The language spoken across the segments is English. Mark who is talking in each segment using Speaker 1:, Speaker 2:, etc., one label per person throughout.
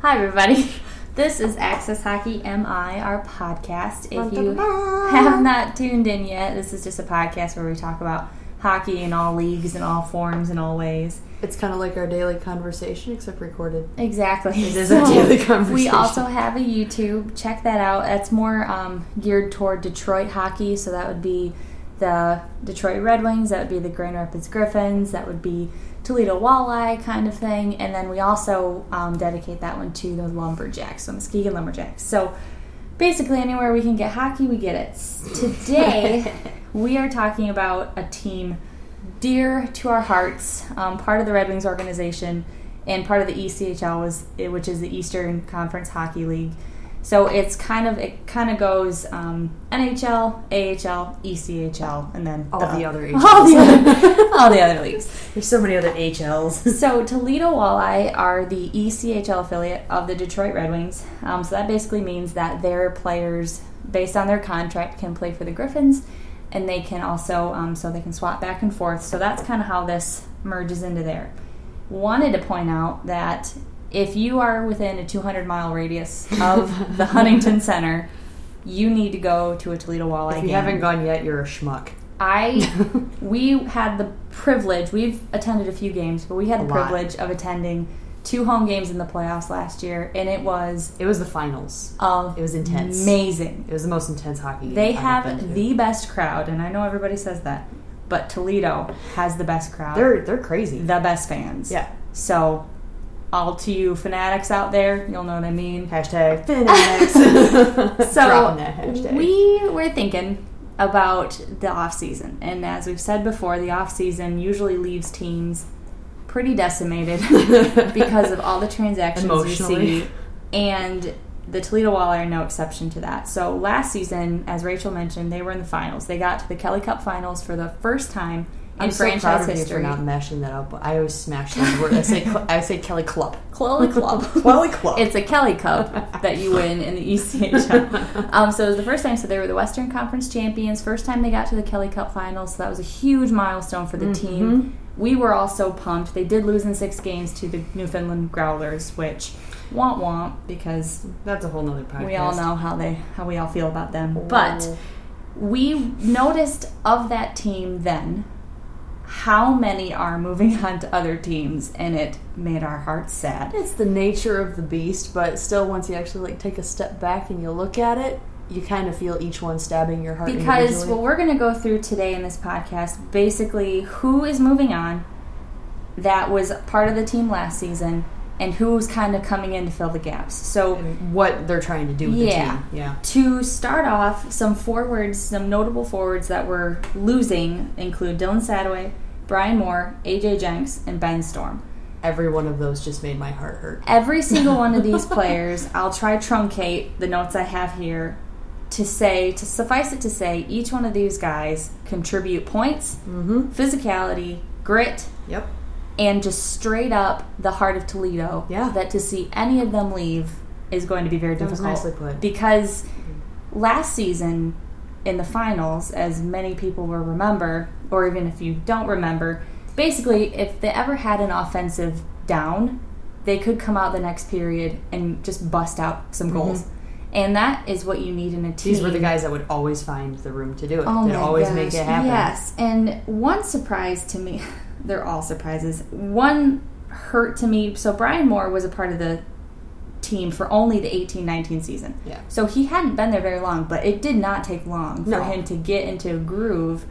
Speaker 1: Hi, everybody. This is Access Hockey MI, our podcast. If you have
Speaker 2: Have
Speaker 1: not tuned in yet, this is just a podcast where we talk about hockey in all leagues, in all forms, in all ways.
Speaker 2: It's kind of like our daily conversation, except recorded.
Speaker 1: Exactly.
Speaker 2: It is our daily conversation.
Speaker 1: We also have a YouTube. Check that out. That's more um, geared toward Detroit hockey. So that would be the Detroit Red Wings. That would be the Grand Rapids Griffins. That would be Toledo Walleye kind of thing. And then we also um, dedicate that one to the Lumberjacks, so Muskegon Lumberjacks. So basically, anywhere we can get hockey, we get it. Today, we are talking about a team dear to our hearts, um, part of the Red Wings organization, and part of the E ECHL was which is the Eastern Conference Hockey League. So it's kind of it kind of goes um, NHL, AHL, ECHL, and then
Speaker 2: all the other agents.
Speaker 1: all the other, all the other leagues.
Speaker 3: There's so many other HLs.
Speaker 1: So Toledo Walleye are the E ECHL affiliate of the Detroit Red Wings. Um, so that basically means that their players, based on their contract, can play for the Griffins, and they can also um, so they can swap back and forth. So that's kind of how this merges into there. Wanted to point out that if you are within a 200 mile radius of the Huntington Center, you need to go to a Toledo Walleye
Speaker 3: If
Speaker 1: game.
Speaker 3: you haven't gone yet, you're a schmuck.
Speaker 1: I we had the privilege. We've attended a few games, but we had
Speaker 3: A
Speaker 1: the
Speaker 3: lot.
Speaker 1: privilege of attending two home games in the playoffs last year, and it was
Speaker 3: It was the finals.
Speaker 1: um,
Speaker 3: It was intense.
Speaker 1: amazing.
Speaker 3: It was the most intense hockey game.
Speaker 1: They
Speaker 3: I've been
Speaker 1: have
Speaker 3: to.
Speaker 1: the best crowd, and I know everybody says that, but Toledo has the best crowd.
Speaker 3: They're they're crazy.
Speaker 1: the best fans.
Speaker 3: yeah.
Speaker 1: So, all to you fanatics out there, you'll know what I mean.
Speaker 3: Hashtag Phoenix.
Speaker 1: So
Speaker 3: Dropping that hashtag.
Speaker 1: we were thinking about the off season, and as we've said before, the off season usually leaves teams pretty decimated because of all the transactions you see,
Speaker 3: Emotionally.
Speaker 1: and the Toledo Walleye are no exception to that. So last season, as Rachel mentioned, they were in the finals. They got to the Kelly Cup finals for the first time in
Speaker 3: I'm so
Speaker 1: franchise
Speaker 3: proud of you
Speaker 1: history.
Speaker 3: for not mashing that up. I always smash that word. I say cl- I say Kelly Club.
Speaker 1: Chloe Club.
Speaker 3: Kelly Club.
Speaker 1: It's a Kelly Cup that you win in the E ECHL. Um, so it was the first time. So they were the Western Conference champions. First time they got to the Kelly Cup finals. So that was a huge milestone for the
Speaker 3: Mm-hmm.
Speaker 1: team. We were also pumped. They did lose in six games to the Newfoundland Growlers, which womp womp because
Speaker 3: That's a whole nother podcast.
Speaker 1: we all know how they how we all feel about them. But we noticed of that team then how many are moving on to other teams, and it made our hearts sad.
Speaker 2: It's the nature of the beast, but still, once you actually like take a step back and you look at it, you kind of feel each one stabbing your heart.
Speaker 1: because what
Speaker 2: individually.
Speaker 1: we're going to go through today in this podcast basically who is moving on that was part of the team last season and who's kind of coming in to fill the gaps so
Speaker 3: And what they're trying to do with
Speaker 1: Yeah.
Speaker 3: the team. Yeah.
Speaker 1: to start off some forwards some notable forwards that were losing include dylan sadoway brian moore aj jenks and ben storm
Speaker 3: Every one of those just made my heart hurt.
Speaker 1: every single one of these players i'll try truncate the notes i have here to say to suffice it to say each one of these guys contribute points
Speaker 3: Mm-hmm.
Speaker 1: physicality, grit,
Speaker 3: Yep.
Speaker 1: and just straight up the heart of Toledo.
Speaker 3: Yeah.
Speaker 1: That to see any of them leave is going to be very
Speaker 3: That was
Speaker 1: difficult.
Speaker 3: nicely put. Mm-hmm.
Speaker 1: Because last season in the finals, as many people will remember, or even if you don't remember, basically if they ever had an offensive down, they could come out the next period and just bust out some goals. And that is what you need in a team.
Speaker 3: Mm-hmm. These were the guys that would always find the room to do it.
Speaker 1: Oh
Speaker 3: They'd
Speaker 1: my
Speaker 3: always
Speaker 1: gosh.
Speaker 3: make it happen.
Speaker 1: Yes, and one surprise to me, they're all surprises. One hurt to me. So Brian Moore was a part of the team for only the eighteen nineteen season.
Speaker 3: Yeah.
Speaker 1: So he hadn't been there very long, but it did not take long
Speaker 3: No.
Speaker 1: for him to get into a groove.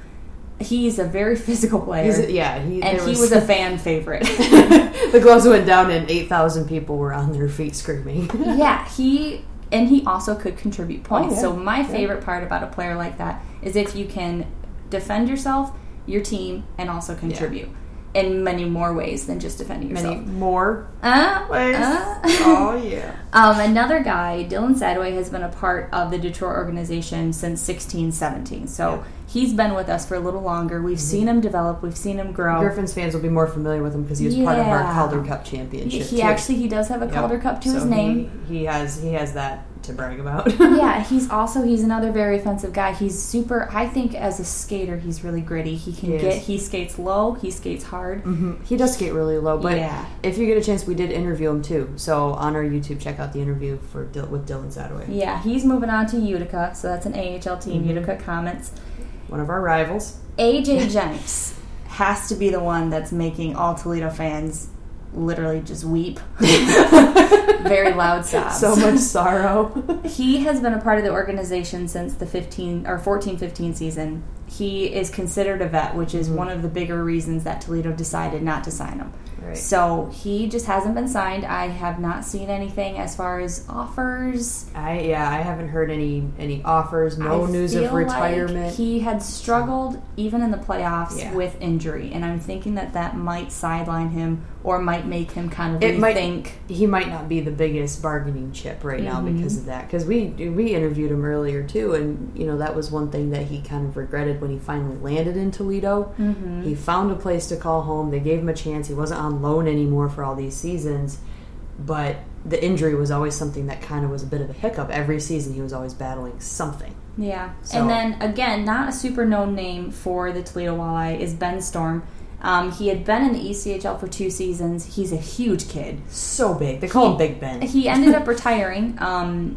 Speaker 1: He's a very physical player.
Speaker 3: He's, yeah, he,
Speaker 1: and
Speaker 3: there
Speaker 1: he was, a fan favorite.
Speaker 3: the gloves went down and eight thousand people were on their feet screaming.
Speaker 1: yeah, he and he also could contribute points.
Speaker 3: Oh, yeah.
Speaker 1: So my favorite part about a player like that is if you can defend yourself, your team, and also contribute in many more ways than just defending yourself.
Speaker 3: Many more
Speaker 1: Uh,
Speaker 3: ways.
Speaker 1: uh.
Speaker 3: oh yeah.
Speaker 1: um, another guy, Dylan Sadway, has been a part of the Detroit organization since sixteen seventeen. So he's been with us for a little longer.
Speaker 3: Mm-hmm.
Speaker 1: We've seen him develop. We've seen him grow.
Speaker 3: Griffins fans will be more familiar with him because he was part of our
Speaker 1: Yeah.
Speaker 3: Calder Cup
Speaker 1: he
Speaker 3: championship.
Speaker 1: he
Speaker 3: too.
Speaker 1: actually he does have a Calder Cup to
Speaker 3: So
Speaker 1: his
Speaker 3: he-
Speaker 1: name.
Speaker 3: He has he has that to brag about.
Speaker 1: yeah, he's also he's another very offensive guy. He's super. I think as a skater, he's really gritty. He can
Speaker 3: He is.
Speaker 1: get he skates low, he skates hard.
Speaker 3: Mhm. He does skate really low, but
Speaker 1: yeah,
Speaker 3: if you get a chance, we did interview him too. So on our YouTube, check out the interview for Dil- with Dylan Sadoway,
Speaker 1: yeah. He's moving on to Utica, so that's an AHL
Speaker 3: Mm-hmm.
Speaker 1: team. Utica comments.
Speaker 3: one of our rivals.
Speaker 1: AJ Jenks has to be the one that's making all Toledo fans literally just weep. Very loud sobs.
Speaker 2: So much sorrow.
Speaker 1: he has been a part of the organization since the 15 or 14-15 season. He is considered a vet, which
Speaker 3: Mm-hmm.
Speaker 1: is one of the bigger reasons that Toledo decided not to sign him. So he just hasn't been signed. I have not seen anything as far as offers.
Speaker 3: I yeah, I haven't heard any any offers, no
Speaker 1: I
Speaker 3: news of
Speaker 1: feel like
Speaker 3: retirement.
Speaker 1: he had struggled even in the playoffs
Speaker 3: Yeah.
Speaker 1: with injury, and I'm thinking that that might sideline him or might make him kind of
Speaker 3: It
Speaker 1: rethink.
Speaker 3: might- he might not be the biggest bargaining chip right now
Speaker 1: Mhm.
Speaker 3: because of that. Because we we interviewed him earlier too, and you know that was one thing that he kind of regretted when he finally landed in Toledo.
Speaker 1: Mhm.
Speaker 3: He found a place to call home. They gave him a chance. He wasn't on loan anymore for all these seasons, but the injury was always something that kind of was a bit of a hiccup. Every season he was always battling something.
Speaker 1: Yeah.
Speaker 3: So-
Speaker 1: And then again, not a super known name for the Toledo Walleye is Ben Storm. Um, he had been in the ECHL for two seasons. He's a huge kid.
Speaker 3: So big. They call him Big Ben.
Speaker 1: He ended up retiring um,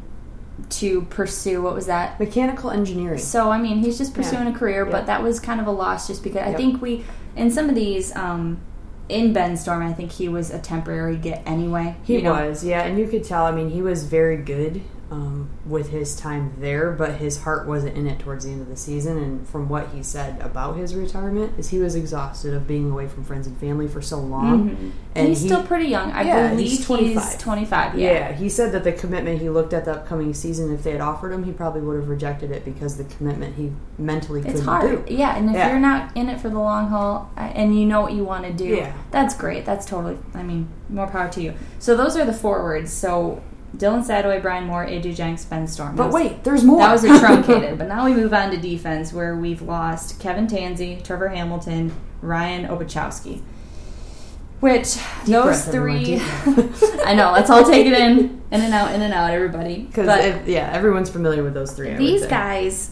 Speaker 1: to pursue what was that?
Speaker 3: Mechanical engineering.
Speaker 1: So I mean, he's just pursuing a career,
Speaker 3: Yeah.
Speaker 1: but that was kind of a loss just because I
Speaker 3: Yep.
Speaker 1: think we in some of these um, in Ben Storm, I think he was a temporary get anyway.
Speaker 3: He
Speaker 1: you know?
Speaker 3: was, yeah, and you could tell. I mean, he was very good um, with his time there, but his heart wasn't in it towards the end of the season. And from what he said about his retirement, is he was exhausted of being away from friends and family for so long.
Speaker 1: Mhm.
Speaker 3: And
Speaker 1: he's
Speaker 3: he-
Speaker 1: still pretty young. I
Speaker 3: Yeah,
Speaker 1: believe
Speaker 3: he's
Speaker 1: he's 25.
Speaker 3: 25.
Speaker 1: Mm-hmm. yeah.
Speaker 3: Yeah. he said that the commitment he looked at the upcoming season, if they had offered him, he probably would have rejected it because the commitment he mentally
Speaker 1: It's
Speaker 3: couldn't
Speaker 1: hard.
Speaker 3: do.
Speaker 1: Yeah, and if
Speaker 3: Yeah.
Speaker 1: you're not in it for the long haul uh, and you know what you want to do,
Speaker 3: Yeah.
Speaker 1: that's great. That's totally, I mean, more power to you. So those are the forwards. So Dylan Sadoway, Brian Moore, AJ Jenks, Ben Storm.
Speaker 3: But
Speaker 1: Those-
Speaker 3: wait, there's more.
Speaker 1: That was a truncated. but now we move on to defense, where we've lost Kevin Tansey, Trevor Hamilton, Ryan Obachowski. Which those
Speaker 3: breath,
Speaker 1: three,
Speaker 3: everyone, deep breath.
Speaker 1: I know. Let's all take it in, in and out, in and out, everybody. But-
Speaker 3: because yeah, everyone's familiar with those three. I would
Speaker 1: these
Speaker 3: say.
Speaker 1: guys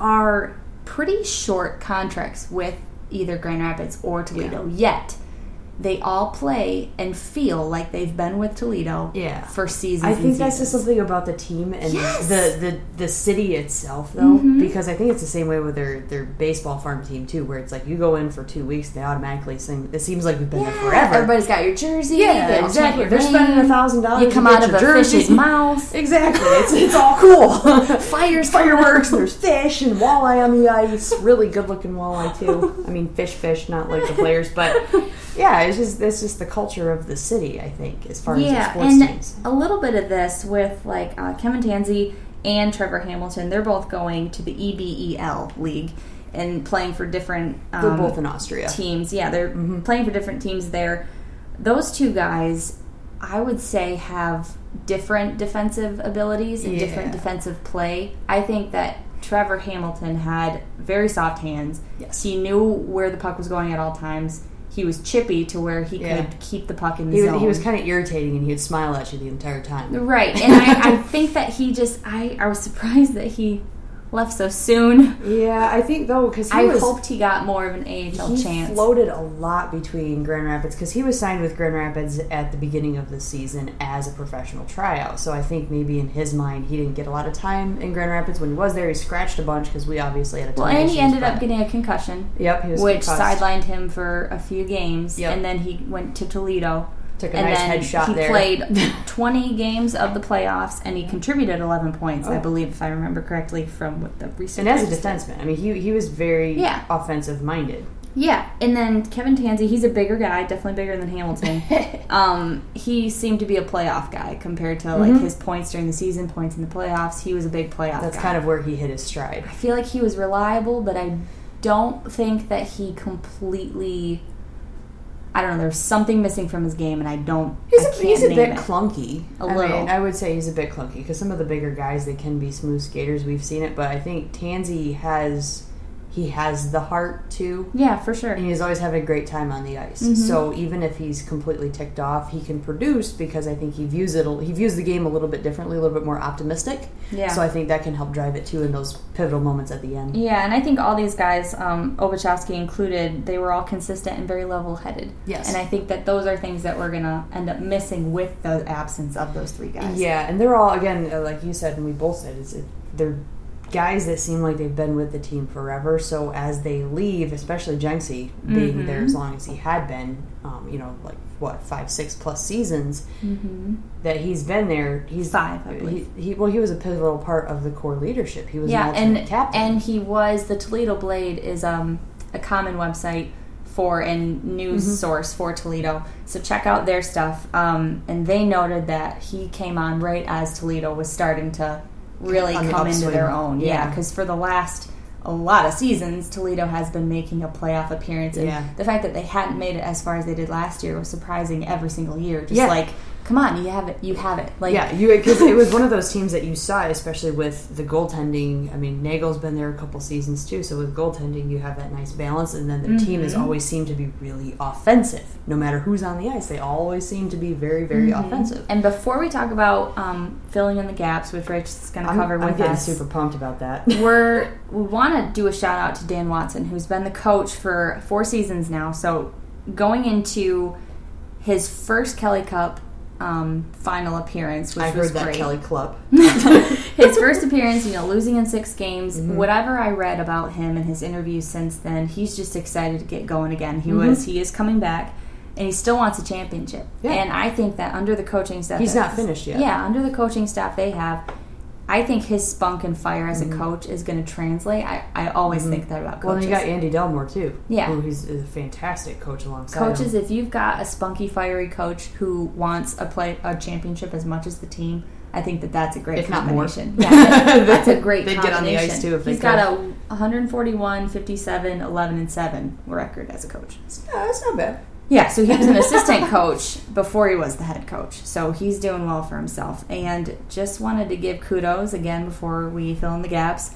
Speaker 1: are pretty short contracts with either Grand Rapids or Toledo. Yet they all play and feel like they've been with Toledo
Speaker 3: Yeah.
Speaker 1: for seasons.
Speaker 3: I
Speaker 1: and
Speaker 3: think that's just
Speaker 1: seasons.
Speaker 3: something about the team and
Speaker 1: Yes. Mm-hmm.
Speaker 3: the, the the city itself, though, because I think it's the same way with their their baseball farm team too, where it's like you go in for two weeks, they automatically sing. It seems like you've been there
Speaker 1: Yeah,
Speaker 3: forever.
Speaker 1: Everybody's got your jersey.
Speaker 3: yeah,
Speaker 1: they all
Speaker 3: exactly.
Speaker 1: check
Speaker 3: They're
Speaker 1: your
Speaker 3: spending
Speaker 1: name.
Speaker 3: a thousand dollars.
Speaker 1: You come out of a fish's mouth.
Speaker 3: Exactly. It's it's all cool.
Speaker 1: Fires,
Speaker 3: Fireworks. There's fish and walleye on the ice. Really good looking walleye too. I mean, fish, fish, not like the players, but yeah, it's just that's just the culture of the city. I think as far as the
Speaker 1: yeah,
Speaker 3: sports
Speaker 1: and
Speaker 3: teams.
Speaker 1: a little bit of this with like uh, Kevin Tansey and Trevor Hamilton. They're both going to the E EBEL league and playing for different. Um,
Speaker 3: They're both in Austria.
Speaker 1: teams. Yeah, they're
Speaker 3: Mm-hmm.
Speaker 1: playing for different teams there. Those two guys, I would say, have different defensive abilities and different
Speaker 3: Yeah.
Speaker 1: defensive play. I think that Trevor Hamilton had very soft hands.
Speaker 3: Yes.
Speaker 1: He knew where the puck was going at all times. He was chippy to where he
Speaker 3: Yeah.
Speaker 1: could keep the puck in the
Speaker 3: He
Speaker 1: zone.
Speaker 3: was, he was kind of irritating and he'd smile at you the entire time.
Speaker 1: right, and I, I think that he just I I was surprised that he left so soon.
Speaker 3: Yeah, I think though, because he
Speaker 1: I
Speaker 3: was.
Speaker 1: hoped he got more of an AHL
Speaker 3: he
Speaker 1: chance.
Speaker 3: floated a lot between Grand Rapids because he was signed with Grand Rapids at the beginning of the season as a professional tryout. So I think maybe in his mind he didn't get a lot of time in Grand Rapids when he was there. He scratched a bunch because we obviously had a ton
Speaker 1: well,
Speaker 3: of
Speaker 1: and he
Speaker 3: issues,
Speaker 1: ended up
Speaker 3: but-
Speaker 1: getting a concussion.
Speaker 3: yep, he was
Speaker 1: which
Speaker 3: concussed.
Speaker 1: sidelined him for a few games,
Speaker 3: Yep.
Speaker 1: and then he went to Toledo.
Speaker 3: took a
Speaker 1: and
Speaker 3: nice
Speaker 1: then
Speaker 3: headshot
Speaker 1: he
Speaker 3: there.
Speaker 1: played 20 games of the playoffs, and he contributed 11 points, I
Speaker 3: Oh.
Speaker 1: believe, if I remember correctly, from what the research.
Speaker 3: and as a
Speaker 1: I just did.
Speaker 3: defenseman, I mean, he he was very
Speaker 1: Yeah.
Speaker 3: offensive minded.
Speaker 1: yeah. And then Kevin Tansey, he's a bigger guy, definitely bigger than Hamilton. um, he seemed to be a playoff guy compared to like his points during the season, points in the playoffs. He was a big playoff.
Speaker 3: Mm-hmm. That's
Speaker 1: guy.
Speaker 3: kind of where he hit his stride.
Speaker 1: I feel like he was reliable, but I don't think that he completely. I don't know. There's something missing from his game, and I don't.
Speaker 3: He's
Speaker 1: I
Speaker 3: a,
Speaker 1: can't
Speaker 3: he's a
Speaker 1: name
Speaker 3: bit
Speaker 1: it.
Speaker 3: clunky.
Speaker 1: A
Speaker 3: I
Speaker 1: little.
Speaker 3: mean, I would say he's a bit clunky because some of the bigger guys they can be smooth skaters. We've seen it, but I think Tansy has he has the heart to.
Speaker 1: Yeah, for sure.
Speaker 3: And he's always having a great time on the ice.
Speaker 1: Mhm.
Speaker 3: So even if he's completely ticked off, he can produce because I think he views it. a- He views the game a little bit differently, a little bit more optimistic.
Speaker 1: Yeah.
Speaker 3: So I think that can help drive it too in those pivotal moments at the end.
Speaker 1: yeah, and I think all these guys, um, Obachowski included, they were all consistent and very level headed.
Speaker 3: Yes.
Speaker 1: And I think that those are things that we're going to end up missing with the absence of those three guys.
Speaker 3: Yeah, and they're all again, uh, like you said, and we both said, it's it, they're guys that seem like they've been with the team forever. So as they leave, especially Jenksy being
Speaker 1: Mhm.
Speaker 3: there as long as he had been, um, you know, like what five, six plus seasons
Speaker 1: Mm-hmm.
Speaker 3: that he's been there. He's
Speaker 1: Five, I
Speaker 3: He,
Speaker 1: believe.
Speaker 3: he well, he was a pivotal part of the core leadership. He was
Speaker 1: yeah,
Speaker 3: an alternate
Speaker 1: and
Speaker 3: captain.
Speaker 1: and he was the Toledo Blade is um, a common website for and news
Speaker 3: Mhm.
Speaker 1: source for Toledo. So check out their stuff. Um, and they noted that he came on right as Toledo was starting to really
Speaker 3: On the
Speaker 1: come into their
Speaker 3: upswing.
Speaker 1: own. Yeah,
Speaker 3: Yeah.
Speaker 1: because for the last a lot of seasons, Toledo has been making a playoff appearance, and
Speaker 3: Yeah.
Speaker 1: the fact that they hadn't made it as far as they did last year was surprising every single year. Just
Speaker 3: Yeah.
Speaker 1: like, come on, you have it, you have it. Like,
Speaker 3: yeah, you because it was one of those teams that you saw, especially with the goaltending. I mean, Nagel's been there a couple seasons too, so with goaltending, you have that nice balance, and then their team has
Speaker 1: Mhm.
Speaker 3: always seemed to be really offensive, no matter who's on the ice. They always seem to be very, very
Speaker 1: Mhm.
Speaker 3: offensive.
Speaker 1: And before we talk about um, filling in the gaps, which Rich is going to
Speaker 3: I'm,
Speaker 1: cover
Speaker 3: I'm
Speaker 1: with
Speaker 3: getting
Speaker 1: us,
Speaker 3: super pumped about that.
Speaker 1: we're we want to do a shout out to Dan Watson, who's been the coach for four seasons now. So going into his first Kelly Cup um, final appearance, which
Speaker 3: I
Speaker 1: was
Speaker 3: heard that
Speaker 1: great.
Speaker 3: Kelly Club.
Speaker 1: his first appearance, you know, losing in six games.
Speaker 3: Mm-hmm.
Speaker 1: Whatever I read about him and his interviews since then, he's just excited to get going again. He
Speaker 3: Mm-hmm.
Speaker 1: was, he is coming back, and he still wants a championship.
Speaker 3: Yeah.
Speaker 1: And I think that under the coaching staff,
Speaker 3: He's not
Speaker 1: that-
Speaker 3: finished yet.
Speaker 1: Yeah, under the coaching staff they have. I think his spunk and fire as a coach is going to translate. I, I always think that about
Speaker 3: Mm-hmm. Well,
Speaker 1: coaches.
Speaker 3: then you got Oh, Andy Delmore too.
Speaker 1: Yeah.
Speaker 3: who he's a fantastic coach alongside. him.
Speaker 1: Coaches, if you've got a spunky, fiery coach who wants a play a championship as much as the team, I think that that's a great
Speaker 3: If not more.
Speaker 1: combination. Yeah, that's a great.
Speaker 3: They'd get on the
Speaker 1: combination.
Speaker 3: ice, too, if they
Speaker 1: He's got a 141, 57, 11, and seven record as a coach.
Speaker 3: No, Oh, that's not bad.
Speaker 1: Yeah, so he was an assistant coach before he was the head coach. So he's doing well for himself. And just wanted to give kudos again before we fill in the gaps.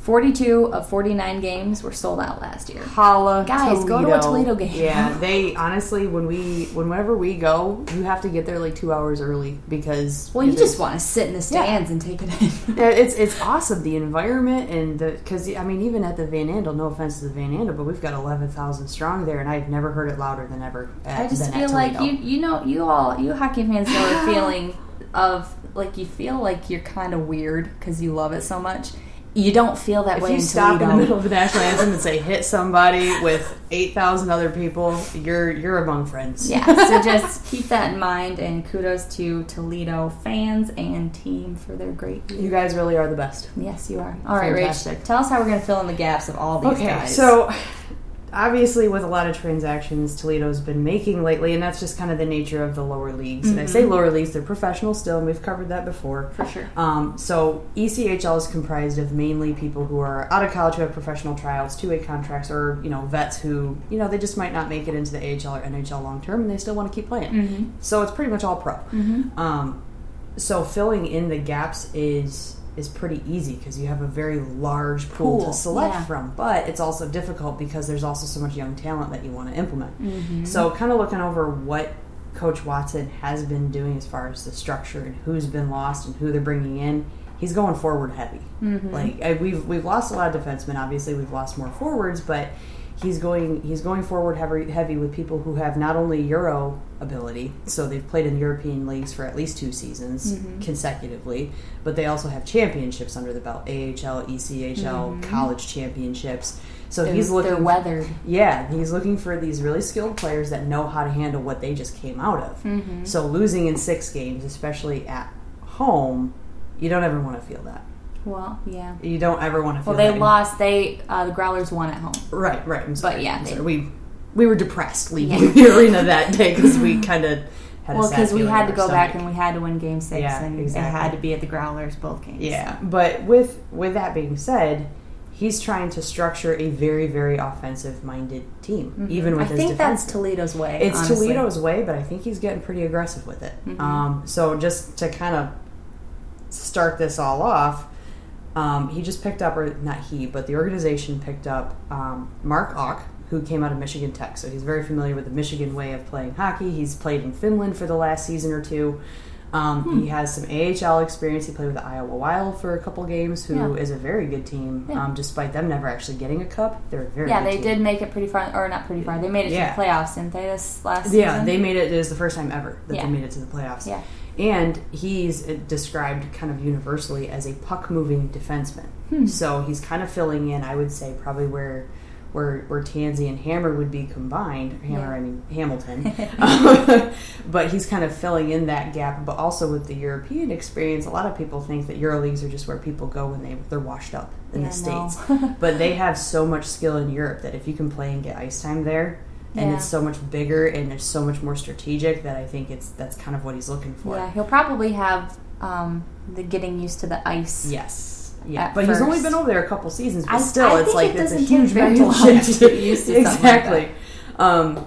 Speaker 1: 42 of 49 games were sold out last year.
Speaker 3: Holla,
Speaker 1: Guys, go to a Toledo game.
Speaker 3: Yeah, they honestly, when we, whenever we go, you have to get there like two hours early because
Speaker 1: Well, you
Speaker 3: it
Speaker 1: just
Speaker 3: is-
Speaker 1: want to sit in the stands and take it in.
Speaker 3: Yeah, it's it's awesome the environment and the because I mean even at the Van Andel, no offense to the Van Andel, but we've got eleven thousand strong there, and I've never heard it louder than ever. At,
Speaker 1: I just
Speaker 3: than
Speaker 1: feel
Speaker 3: at
Speaker 1: like you
Speaker 3: Toledo.
Speaker 1: you know you all you hockey fans know the feeling of like you feel like you're kind of weird because you love it so much. You don't feel that
Speaker 3: If
Speaker 1: way
Speaker 3: you
Speaker 1: in
Speaker 3: stop in
Speaker 1: Toledo.
Speaker 3: the middle of the national anthem and say hit somebody with eight thousand other people, you're you're among friends.
Speaker 1: yeah, so just keep that in mind and kudos to Toledo fans and team for their great
Speaker 3: You guys really are the best.
Speaker 1: Yes, you are. All right, Rach,
Speaker 3: Fantastic.
Speaker 1: tell us how we're going to fill in the gaps of all these
Speaker 3: Okay,
Speaker 1: guys.
Speaker 3: so obviously, with a lot of transactions Toledo's been making lately, and that's just kind of the nature of the lower leagues. And I say
Speaker 1: Mm-hmm.
Speaker 3: lower leagues, they're professional still, and we've covered that before.
Speaker 1: for sure.
Speaker 3: Um, so ECHL is comprised of mainly people who are out of college who have professional trials, two-way contracts, or you know vets who you know they just might not make it into the AHL or NHL long term, and they still want to keep playing.
Speaker 1: Mhm.
Speaker 3: So it's pretty much all pro.
Speaker 1: Mhm.
Speaker 3: Um, so filling in the gaps is is pretty easy because you have a very large pool,
Speaker 1: Pool,
Speaker 3: to select
Speaker 1: yeah.
Speaker 3: from, but it's also difficult because there's also so much young talent that you want to implement. So kind of looking over what Coach Watson has been doing as far as the structure and who's been lost and who they're bringing in. He's going forward heavy. Like I, we've we've lost a lot of defensemen. Obviously, we've lost more forwards, but he's going he's going forward heavy heavy with people who have not only Euro ability, so they've played in European leagues for at least two seasons
Speaker 1: Mm-hmm.
Speaker 3: consecutively, but they also have championships under the belt: AHL, ECHL,
Speaker 1: Mm-hmm.
Speaker 3: college championships. So
Speaker 1: They're-
Speaker 3: he's looking
Speaker 1: they're weathered.
Speaker 3: yeah, he's looking for these really skilled players that know how to handle what they just came out of.
Speaker 1: Mm-hmm.
Speaker 3: So losing in six games, especially at home, you don't ever want to feel that.
Speaker 1: Well, yeah.
Speaker 3: You don't ever want to feel
Speaker 1: Well, they
Speaker 3: that.
Speaker 1: lost. They uh, the Growlers won at home.
Speaker 3: Right, right. I'm sorry.
Speaker 1: But yeah,
Speaker 3: I'm
Speaker 1: they-
Speaker 3: sorry. we we were depressed leaving
Speaker 1: Yeah.
Speaker 3: the arena that day because we kind of had a
Speaker 1: Well,
Speaker 3: because
Speaker 1: because we had to go back and we had to win Game Six,
Speaker 3: Yeah,
Speaker 1: and it
Speaker 3: exactly.
Speaker 1: had to be at the Growlers both games.
Speaker 3: Yeah, but with with that being said, he's trying to structure a very very offensive minded team, even with
Speaker 1: Mm-hmm. I
Speaker 3: his
Speaker 1: think
Speaker 3: defense.
Speaker 1: that's Toledo's way.
Speaker 3: it's
Speaker 1: honestly. Mm-hmm.
Speaker 3: Toledo's way, but I think he's getting pretty aggressive with it. Um, so just to kind of start this all off, Um, he just picked up, or not he, but the organization picked up um, Mark Ock, who came out of Michigan Tech. So he's very familiar with the Michigan way of playing hockey. He's played in Finland for the last season or two. Um,
Speaker 1: Hmm.
Speaker 3: He has some AHL experience. He played with the Iowa Wild for a couple games, who is
Speaker 1: Yeah.
Speaker 3: a very good team.
Speaker 1: Yeah.
Speaker 3: Um, despite them never actually getting a cup, they're a very
Speaker 1: Yeah,
Speaker 3: good
Speaker 1: they
Speaker 3: team.
Speaker 1: did make it pretty far, or not pretty far. They made it
Speaker 3: Yeah.
Speaker 1: to the playoffs, didn't they? This last
Speaker 3: Yeah,
Speaker 1: season?
Speaker 3: they made it. It was the first time ever that
Speaker 1: Yeah.
Speaker 3: they made it to the playoffs.
Speaker 1: Yeah.
Speaker 3: And he's uh, described kind of universally as a puck moving defenseman.
Speaker 1: Hmm.
Speaker 3: So he's kind of filling in, I would say, probably where where where Tansy and Hammer would be combined. Hammer,
Speaker 1: Yeah.
Speaker 3: I mean Hamilton. but he's kind of filling in that gap. But also with the European experience, a lot of people think that EuroLeagues are just where people go when they they're washed up in
Speaker 1: Yeah,
Speaker 3: the
Speaker 1: no.
Speaker 3: states. But they have so much skill in Europe that if you can play and get ice time there, and
Speaker 1: Yeah.
Speaker 3: it's so much bigger and it's so much more strategic that I think it's that's kind of what he's looking for.
Speaker 1: Yeah, he'll probably have um, the getting used to the ice.
Speaker 3: Yes. Yeah.
Speaker 1: At
Speaker 3: But he's only
Speaker 1: first.
Speaker 3: been over there a couple seasons, but
Speaker 1: I-
Speaker 3: still,
Speaker 1: I
Speaker 3: it's
Speaker 1: think
Speaker 3: like
Speaker 1: it
Speaker 3: that's a
Speaker 1: doesn't take
Speaker 3: huge
Speaker 1: very
Speaker 3: mental
Speaker 1: long to
Speaker 3: shift.
Speaker 1: get used to something like that.
Speaker 3: exactly. Um,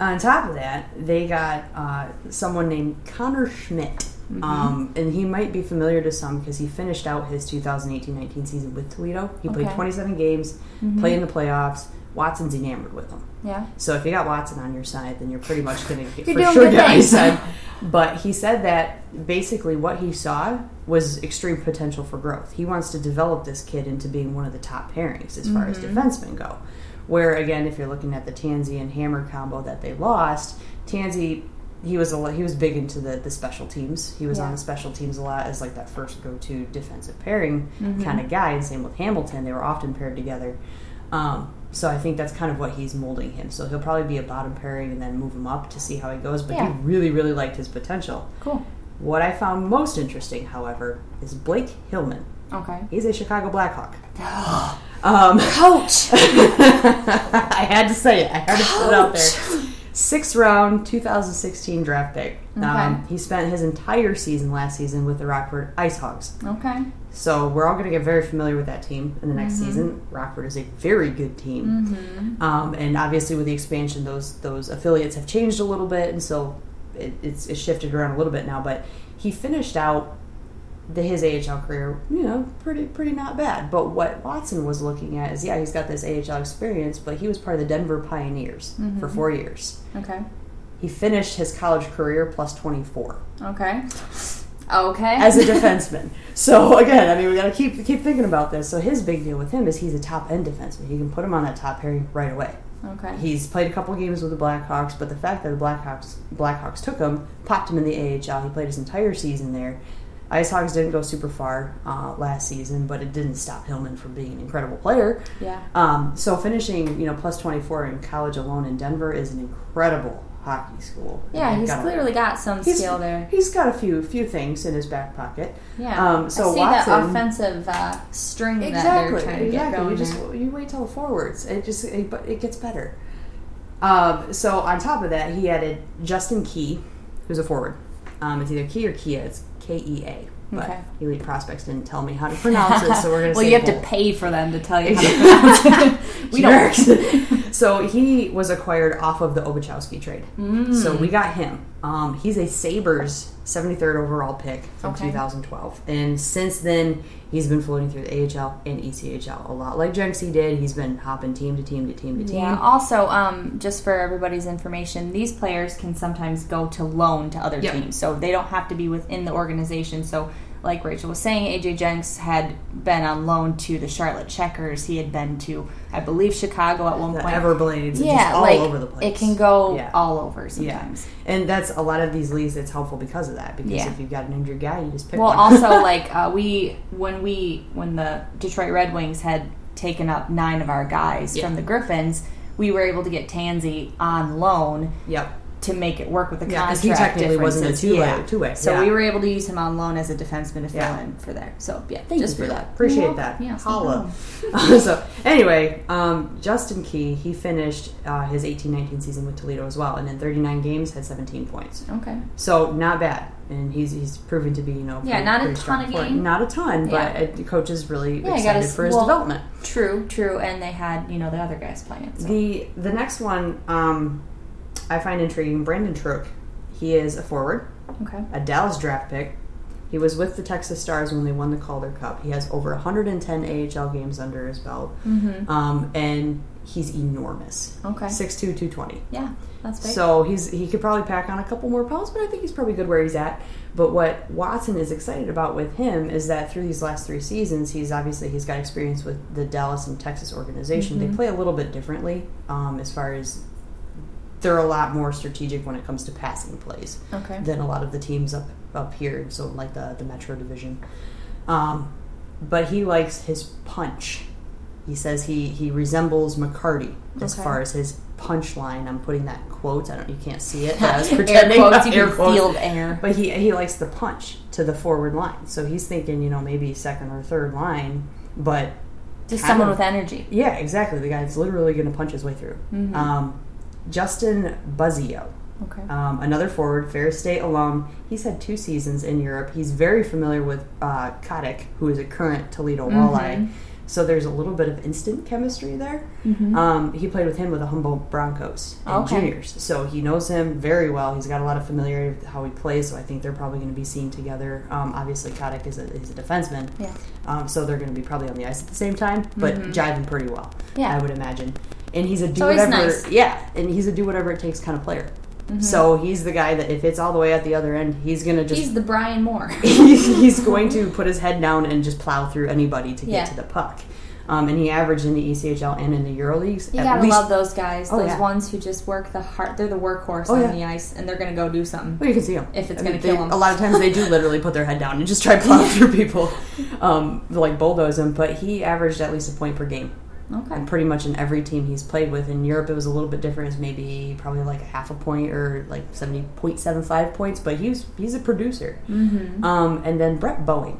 Speaker 3: on top of that, they got uh, someone named Connor Schmidt.
Speaker 1: Mm-hmm.
Speaker 3: Um, and he might be familiar to some because he finished out his 2018-19 season with Toledo. He played
Speaker 1: Okay.
Speaker 3: 27 games,
Speaker 1: Mm-hmm.
Speaker 3: played in the playoffs. Watson's enamored with him.
Speaker 1: Yeah.
Speaker 3: So if you got Watson on your side, then you're pretty much going to get
Speaker 1: You're
Speaker 3: for
Speaker 1: doing
Speaker 3: sure
Speaker 1: good
Speaker 3: get
Speaker 1: things.
Speaker 3: side. But he said that basically what he saw was extreme potential for growth. He wants to develop this kid into being one of the top pairings as far
Speaker 1: Mm-hmm.
Speaker 3: as defensemen go. Where again, if you're looking at the Tansy and Hammer combo that they lost, Tansy he was a lo- he was big into the, the special teams. He was
Speaker 1: Yeah.
Speaker 3: on the special teams a lot as like that first go to defensive pairing
Speaker 1: mm-hmm.
Speaker 3: kind of guy. And same with Hamilton, they were often paired together. Um, so I think that's kind of what he's molding him. So he'll probably be a bottom pairing and then move him up to see how he goes. But
Speaker 1: Yeah.
Speaker 3: he really really liked his potential.
Speaker 1: Cool.
Speaker 3: What I found most interesting, however, is Blake Hillman.
Speaker 1: Okay.
Speaker 3: He's a Chicago Blackhawk. um,
Speaker 1: Coach.
Speaker 3: I had to say it. I had to put it out there. Sixth round, 2016 draft pick. Um,
Speaker 1: Okay.
Speaker 3: he spent his entire season last season with the Rockford Ice Hogs.
Speaker 1: Okay.
Speaker 3: So we're all going to get very familiar with that team in the next season. Rockford is a very good team,
Speaker 1: Mm-hmm.
Speaker 3: um, and obviously with the expansion, those those affiliates have changed a little bit, and so it, it's, it's shifted around a little bit now. But he finished out the, his AHL career, you know, pretty pretty not bad. But what Watson was looking at is, yeah, he's got this AHL experience, but he was part of the Denver Pioneers for four years.
Speaker 1: Okay.
Speaker 3: He finished his college career plus twenty four
Speaker 1: Okay. Okay.
Speaker 3: as a defenseman. So again, I mean, we got to keep keep thinking about this. So his big deal with him is he's a top end defenseman. You can put him on that top pairing right away.
Speaker 1: okay.
Speaker 3: He's played a couple games with the Blackhawks, but the fact that the Blackhawks Blackhawks took him, popped him in the AHL. He played his entire season there. Ice Hogs didn't go super far uh, last season, but it didn't stop Hillman from being an incredible player.
Speaker 1: Yeah.
Speaker 3: Um, so finishing, you know, plus twenty four in college alone in Denver is an incredible hockey school.
Speaker 1: yeah,
Speaker 3: And
Speaker 1: he's
Speaker 3: got a-
Speaker 1: clearly got some
Speaker 3: he's-
Speaker 1: skill there.
Speaker 3: He's got a few few things in his back pocket.
Speaker 1: Yeah.
Speaker 3: Um, so
Speaker 1: I see that
Speaker 3: Watson-
Speaker 1: offensive uh, string
Speaker 3: Exactly.
Speaker 1: that they're trying to
Speaker 3: exactly.
Speaker 1: get going
Speaker 3: you just
Speaker 1: there.
Speaker 3: you wait till the forwards. It just it, but it gets better. Um, so on top of that, he added Justin Key, who's a forward. Um, it's either Key or Kia. It's K E A. But
Speaker 1: Okay.
Speaker 3: elite prospects didn't tell me how to pronounce it, so we're gonna.
Speaker 1: well,
Speaker 3: say
Speaker 1: you have
Speaker 3: both.
Speaker 1: to pay for them to tell you how to pronounce it. we
Speaker 3: Jerks.
Speaker 1: don't.
Speaker 3: so he was acquired off of the Obachowski trade.
Speaker 1: Mm.
Speaker 3: So we got him. Um, he's a Sabres 73rd overall pick from
Speaker 1: Okay.
Speaker 3: 2012. And since then, he's been floating through the AHL and E ECHL a lot. Like Jenksy did, he's been hopping team to team to team to team.
Speaker 1: Yeah. Also, um, just for everybody's information, these players can sometimes go to loan to other
Speaker 3: Yep.
Speaker 1: teams, so they don't have to be within the organization. So, like Rachel was saying, AJ Jenks had been on loan to the Charlotte Checkers. He had been to, I believe, Chicago at one
Speaker 3: The
Speaker 1: point.
Speaker 3: Everblades, yeah,
Speaker 1: yeah,
Speaker 3: just all
Speaker 1: like
Speaker 3: over the place.
Speaker 1: it can go
Speaker 3: Yeah.
Speaker 1: all over
Speaker 3: Yeah.
Speaker 1: sometimes.
Speaker 3: And that's a lot of these leagues, it's helpful because of that. Because
Speaker 1: Yeah.
Speaker 3: if you've got an injured guy, you just pick
Speaker 1: Well,
Speaker 3: one.
Speaker 1: also like uh, we when we when the Detroit Red Wings had taken up nine of our guys
Speaker 3: Yeah.
Speaker 1: from the Griffins, we were able to get Tansy on loan.
Speaker 3: yep.
Speaker 1: to make it work with the
Speaker 3: Yeah, 'cause
Speaker 1: contract.
Speaker 3: he technically wasn't a
Speaker 1: differences.
Speaker 3: two-way- two-way,
Speaker 1: So
Speaker 3: yeah.
Speaker 1: we were able to use him on loan as a defenseman to fill
Speaker 3: Yeah.
Speaker 1: in for there. So yeah,
Speaker 3: Thank
Speaker 1: just
Speaker 3: you
Speaker 1: for that.
Speaker 3: Appreciate that.
Speaker 1: Yeah,
Speaker 3: Holla. Uh, so anyway, um, Justin Key he finished uh, his 18-19 season with Toledo as well, and in 39 games had 17 points.
Speaker 1: Okay.
Speaker 3: So not bad, and he's he's proven to be you know
Speaker 1: Yeah,
Speaker 3: pretty-
Speaker 1: not a
Speaker 3: pretty strong
Speaker 1: ton of
Speaker 3: forward.
Speaker 1: game.
Speaker 3: not a ton,
Speaker 1: Yeah.
Speaker 3: but uh, the coach is really
Speaker 1: Yeah, I
Speaker 3: excited
Speaker 1: gotta s-
Speaker 3: for his
Speaker 1: well-
Speaker 3: development.
Speaker 1: True, true. And they had you know the other guys playing it. So.
Speaker 3: The the next one um, I find intriguing, Brandon Troke. He is a forward,
Speaker 1: okay.
Speaker 3: a Dallas draft pick. He was with the Texas Stars when they won the Calder Cup. He has over 110 AHL games under his belt,
Speaker 1: Mm-hmm.
Speaker 3: um, and he's enormous.
Speaker 1: Okay.
Speaker 3: 6'2", 220.
Speaker 1: Yeah, that's big.
Speaker 3: So he's he could probably pack on a couple more pounds, but I think he's probably good where he's at. But what Watson is excited about with him is that through these last three seasons, he's obviously he's got experience with the Dallas and Texas organization. They
Speaker 1: Mhm.
Speaker 3: play a little bit differently um, as far as they're a lot more strategic when it comes to passing plays
Speaker 1: okay.
Speaker 3: than a lot of the teams up up here. So like the the Metro Division, um, but he likes his punch. He says he he resembles McCarty as
Speaker 1: Okay.
Speaker 3: far as his punch line. I'm putting that in quotes. I don't you can't see it. but I was
Speaker 1: air
Speaker 3: pretending
Speaker 1: quotes. You
Speaker 3: air
Speaker 1: can
Speaker 3: quotes.
Speaker 1: feel the air.
Speaker 3: But he he likes the punch to the forward line. So he's thinking you know maybe second or third line, but
Speaker 1: Just
Speaker 3: kind
Speaker 1: someone
Speaker 3: of-
Speaker 1: with energy.
Speaker 3: yeah, exactly. The guy that's literally going to punch his way through.
Speaker 1: Mhm.
Speaker 3: Um, Justin Buzzio
Speaker 1: Okay.
Speaker 3: um, another forward, Ferris State alum. He's had two seasons in Europe. He's very familiar with uh, Katic, who is a current Toledo Walleye.
Speaker 1: Mhm.
Speaker 3: So there's a little bit of instant chemistry there.
Speaker 1: Mm-hmm.
Speaker 3: Um, he played with him with the Humboldt Broncos in
Speaker 1: Okay.
Speaker 3: juniors, so he knows him very well. He's got a lot of familiarity with how he plays, so I think they're probably going to be seen together. Um, obviously, Katic is a, is a defenseman,
Speaker 1: Yeah.
Speaker 3: um, so they're going to be probably on the ice at the same time, but
Speaker 1: Mhm.
Speaker 3: jiving pretty well,
Speaker 1: Yeah.
Speaker 3: I would imagine. And he's a do
Speaker 1: always
Speaker 3: whatever,
Speaker 1: nice.
Speaker 3: yeah, and he's a do whatever it takes kind of player.
Speaker 1: Mhm.
Speaker 3: So he's the guy that if it's all the way at the other end, he's gonna just
Speaker 1: he's the Brian Moore.
Speaker 3: he's, going to put his head down and just plow through anybody to get
Speaker 1: Yeah.
Speaker 3: to the puck. Um, and he averaged in the ECHL and in the EuroLeagues.
Speaker 1: You
Speaker 3: at
Speaker 1: gotta
Speaker 3: least-
Speaker 1: love those guys.
Speaker 3: Oh,
Speaker 1: those
Speaker 3: yeah.
Speaker 1: ones who just work the heart. They're the workhorse
Speaker 3: Oh,
Speaker 1: on
Speaker 3: yeah.
Speaker 1: the ice, and they're gonna go do something.
Speaker 3: Well, you can see them
Speaker 1: If it's gonna
Speaker 3: they,
Speaker 1: kill 'em.
Speaker 3: A lot of times they do literally put their head down and just try to plow through people, um, like bulldoze them. But he averaged at least a point per game,
Speaker 1: Okay.
Speaker 3: and pretty much in every team he's played with. In Europe, it was a little bit different. It's maybe probably like a half a point or like seventy point seven five points. But he's he's a producer.
Speaker 1: Mm-hmm.
Speaker 3: Um, and then Brett Boeing.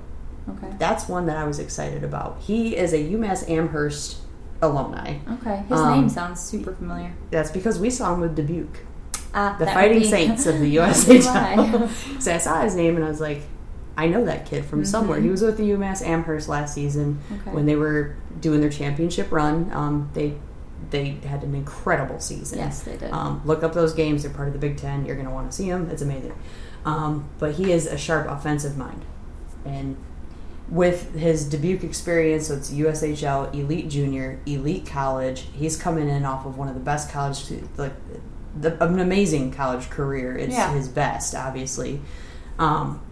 Speaker 1: Okay.
Speaker 3: That's one that I was excited about. He is a UMass Amherst alumni.
Speaker 1: Okay. His
Speaker 3: Um,
Speaker 1: name sounds super familiar.
Speaker 3: That's because we saw him with Dubuque,
Speaker 1: Ah,
Speaker 3: the
Speaker 1: that would
Speaker 3: Fighting
Speaker 1: be-
Speaker 3: Saints of the
Speaker 1: Why?
Speaker 3: USHL. so I saw his name and I was like, I know that kid from somewhere. He was with the UMass Amherst last season
Speaker 1: Mm-hmm. Okay.
Speaker 3: when they were doing their championship run. Um, they they had an incredible season.
Speaker 1: yes, they did.
Speaker 3: Um, look up those games. They're part of the Big Ten. You're going to want to see them. It's amazing. Um, but he is a sharp offensive mind. And with his Dubuque experience, so it's USHL, elite junior, elite college, he's coming in off of one of the best college, like the, an amazing college career. It's
Speaker 1: Yeah.
Speaker 3: his best, obviously. Um,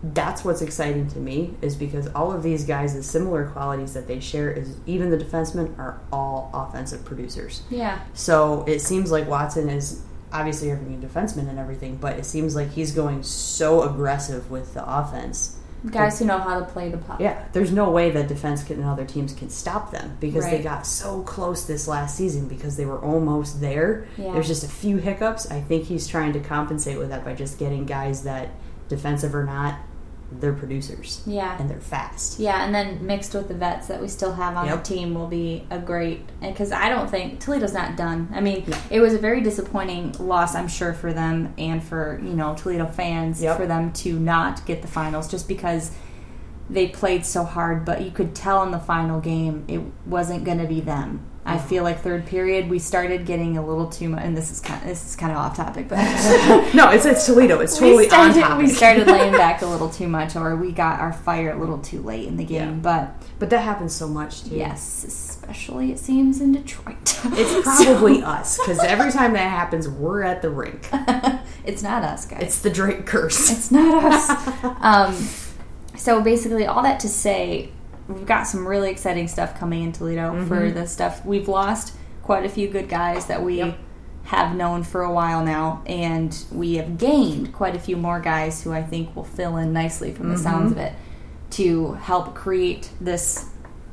Speaker 3: that's what's exciting to me is because all of these guys, the similar qualities that they share is even the defensemen are all offensive producers.
Speaker 1: yeah.
Speaker 3: So it seems like Watson is obviously having a defenseman and everything, but it seems like he's going so aggressive with the offense.
Speaker 1: Guys who know how to play the puck.
Speaker 3: Yeah, there's no way that defense can, and other teams can stop them because they
Speaker 1: Right.
Speaker 3: got so close this last season because they were almost there.
Speaker 1: Yeah.
Speaker 3: There's just a few hiccups. I think he's trying to compensate with that by just getting guys that, defensive or not, they're producers
Speaker 1: Yeah.
Speaker 3: and they're fast.
Speaker 1: Yeah, and then mixed with the vets that we still have on
Speaker 3: Yep.
Speaker 1: the team will be a great because I don't think Toledo's not done. I mean, it was a very disappointing loss, I'm sure, for them and for you know Toledo fans
Speaker 3: Yep.
Speaker 1: for them to not get the finals just because they played so hard. But you could tell in the final game it wasn't going to be them. I feel like third period we started getting a little too much, and this is kind this is kind of off topic, but
Speaker 3: No, it's it's Toledo. It's totally
Speaker 1: we started,
Speaker 3: on topic.
Speaker 1: we started laying back a little too much, or we got our fire a little too late in the game,
Speaker 3: Yeah.
Speaker 1: but.
Speaker 3: but that happens so much too.
Speaker 1: Yes, especially it seems in Detroit.
Speaker 3: It's probably us because every time that happens, we're at the rink.
Speaker 1: it's not us, guys.
Speaker 3: It's the Drake curse.
Speaker 1: It's not us. um, so basically, all that to say, we've got some really exciting stuff coming in Toledo
Speaker 3: Mm-hmm.
Speaker 1: for the stuff we've lost. Quite a few good guys that we
Speaker 3: Yep.
Speaker 1: have known for a while now, and we have gained quite a few more guys who I think will fill in nicely from the
Speaker 3: Mm-hmm.
Speaker 1: sounds of it to help create this.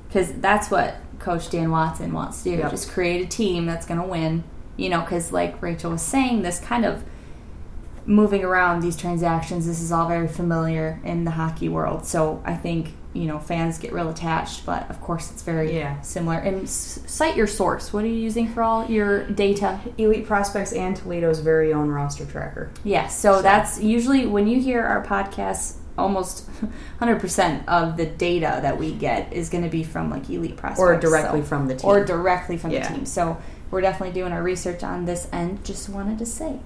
Speaker 1: Because that's what Coach Dan Watson wants to do:
Speaker 3: Yep.
Speaker 1: just create a team that's going to win. You know, because like Rachel was saying, this kind of moving around these transactions this is all very familiar in the hockey world so i think you know fans get real attached but of course it's very
Speaker 3: Yeah.
Speaker 1: similar and s- cite your source what are you using for all your data
Speaker 3: Elite Prospects and Toledo's very own roster tracker.
Speaker 1: yes so, that's usually when you hear our podcasts almost 100% of the data that we get is going to be from like elite prospects
Speaker 3: Or directly
Speaker 1: so-
Speaker 3: from the team.
Speaker 1: or directly from
Speaker 3: Yeah.
Speaker 1: the team so we're definitely doing our research on this end just wanted to say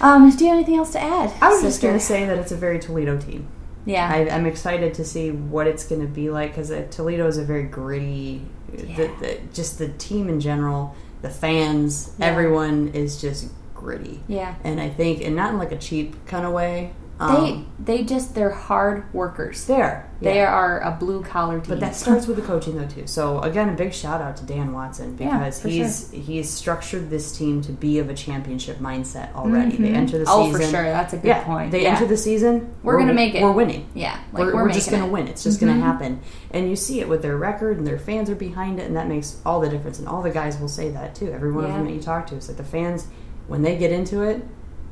Speaker 1: um, do you have anything else to add
Speaker 3: I was just
Speaker 1: sister?
Speaker 3: going to say that it's a very Toledo team.
Speaker 1: Yeah.
Speaker 3: I, I'm excited to see what it's going to be like because Toledo is a very gritty. The,
Speaker 1: Yeah.
Speaker 3: the, just the team in general, the fans,
Speaker 1: Yeah.
Speaker 3: everyone is just gritty,
Speaker 1: yeah.
Speaker 3: and I think, and not in like a cheap kind of way. Um,
Speaker 1: they they just they're hard workers.
Speaker 3: they there,
Speaker 1: They are a blue collar team.
Speaker 3: But that starts with the coaching though too. So again, a big shout out to Dan Watson
Speaker 1: Yeah,
Speaker 3: because
Speaker 1: for
Speaker 3: he's he's structured this team to be of a championship mindset already. They
Speaker 1: Mhm.
Speaker 3: enter the
Speaker 1: oh
Speaker 3: season.
Speaker 1: for sure. That's a good
Speaker 3: Yeah,
Speaker 1: point.
Speaker 3: they
Speaker 1: yeah.
Speaker 3: enter the season.
Speaker 1: We're gonna make it.
Speaker 3: We're winning.
Speaker 1: yeah, like
Speaker 3: we're,
Speaker 1: we're,
Speaker 3: we're just
Speaker 1: making
Speaker 3: going to
Speaker 1: it. Mm-hmm.
Speaker 3: win. It's just going to happen. And you see it with their record, and their fans are behind it, and that makes all the difference. And all the guys will say that too. Every one of
Speaker 1: Yeah.
Speaker 3: them that you talk to is like the fans, when they get into it,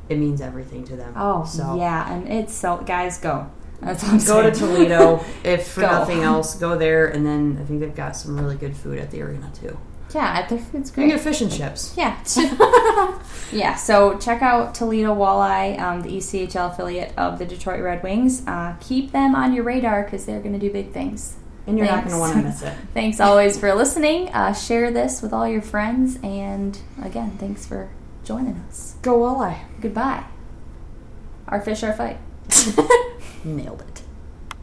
Speaker 3: it means everything to them.
Speaker 1: Oh
Speaker 3: so
Speaker 1: yeah, and it's so guys go. That's what I'm
Speaker 3: go to
Speaker 1: saying.
Speaker 3: Toledo if for
Speaker 1: Go.
Speaker 3: nothing else. Go there, and then I think they've got some really good food at the arena too.
Speaker 1: yeah, their food's
Speaker 3: You can
Speaker 1: great.
Speaker 3: get fish and chips.
Speaker 1: Yeah. yeah, so check out Toledo Walleye, um, the ECHL affiliate of the Detroit Red Wings. Uh, keep them on your radar because they're going to do big things.
Speaker 3: And you're not
Speaker 1: Thanks.
Speaker 3: going to want to miss it.
Speaker 1: Thanks always for listening. Uh, share this with all your friends. And again, thanks for joining us.
Speaker 3: Go Walleye.
Speaker 1: Goodbye. Our fish, our fight.
Speaker 3: Nailed it.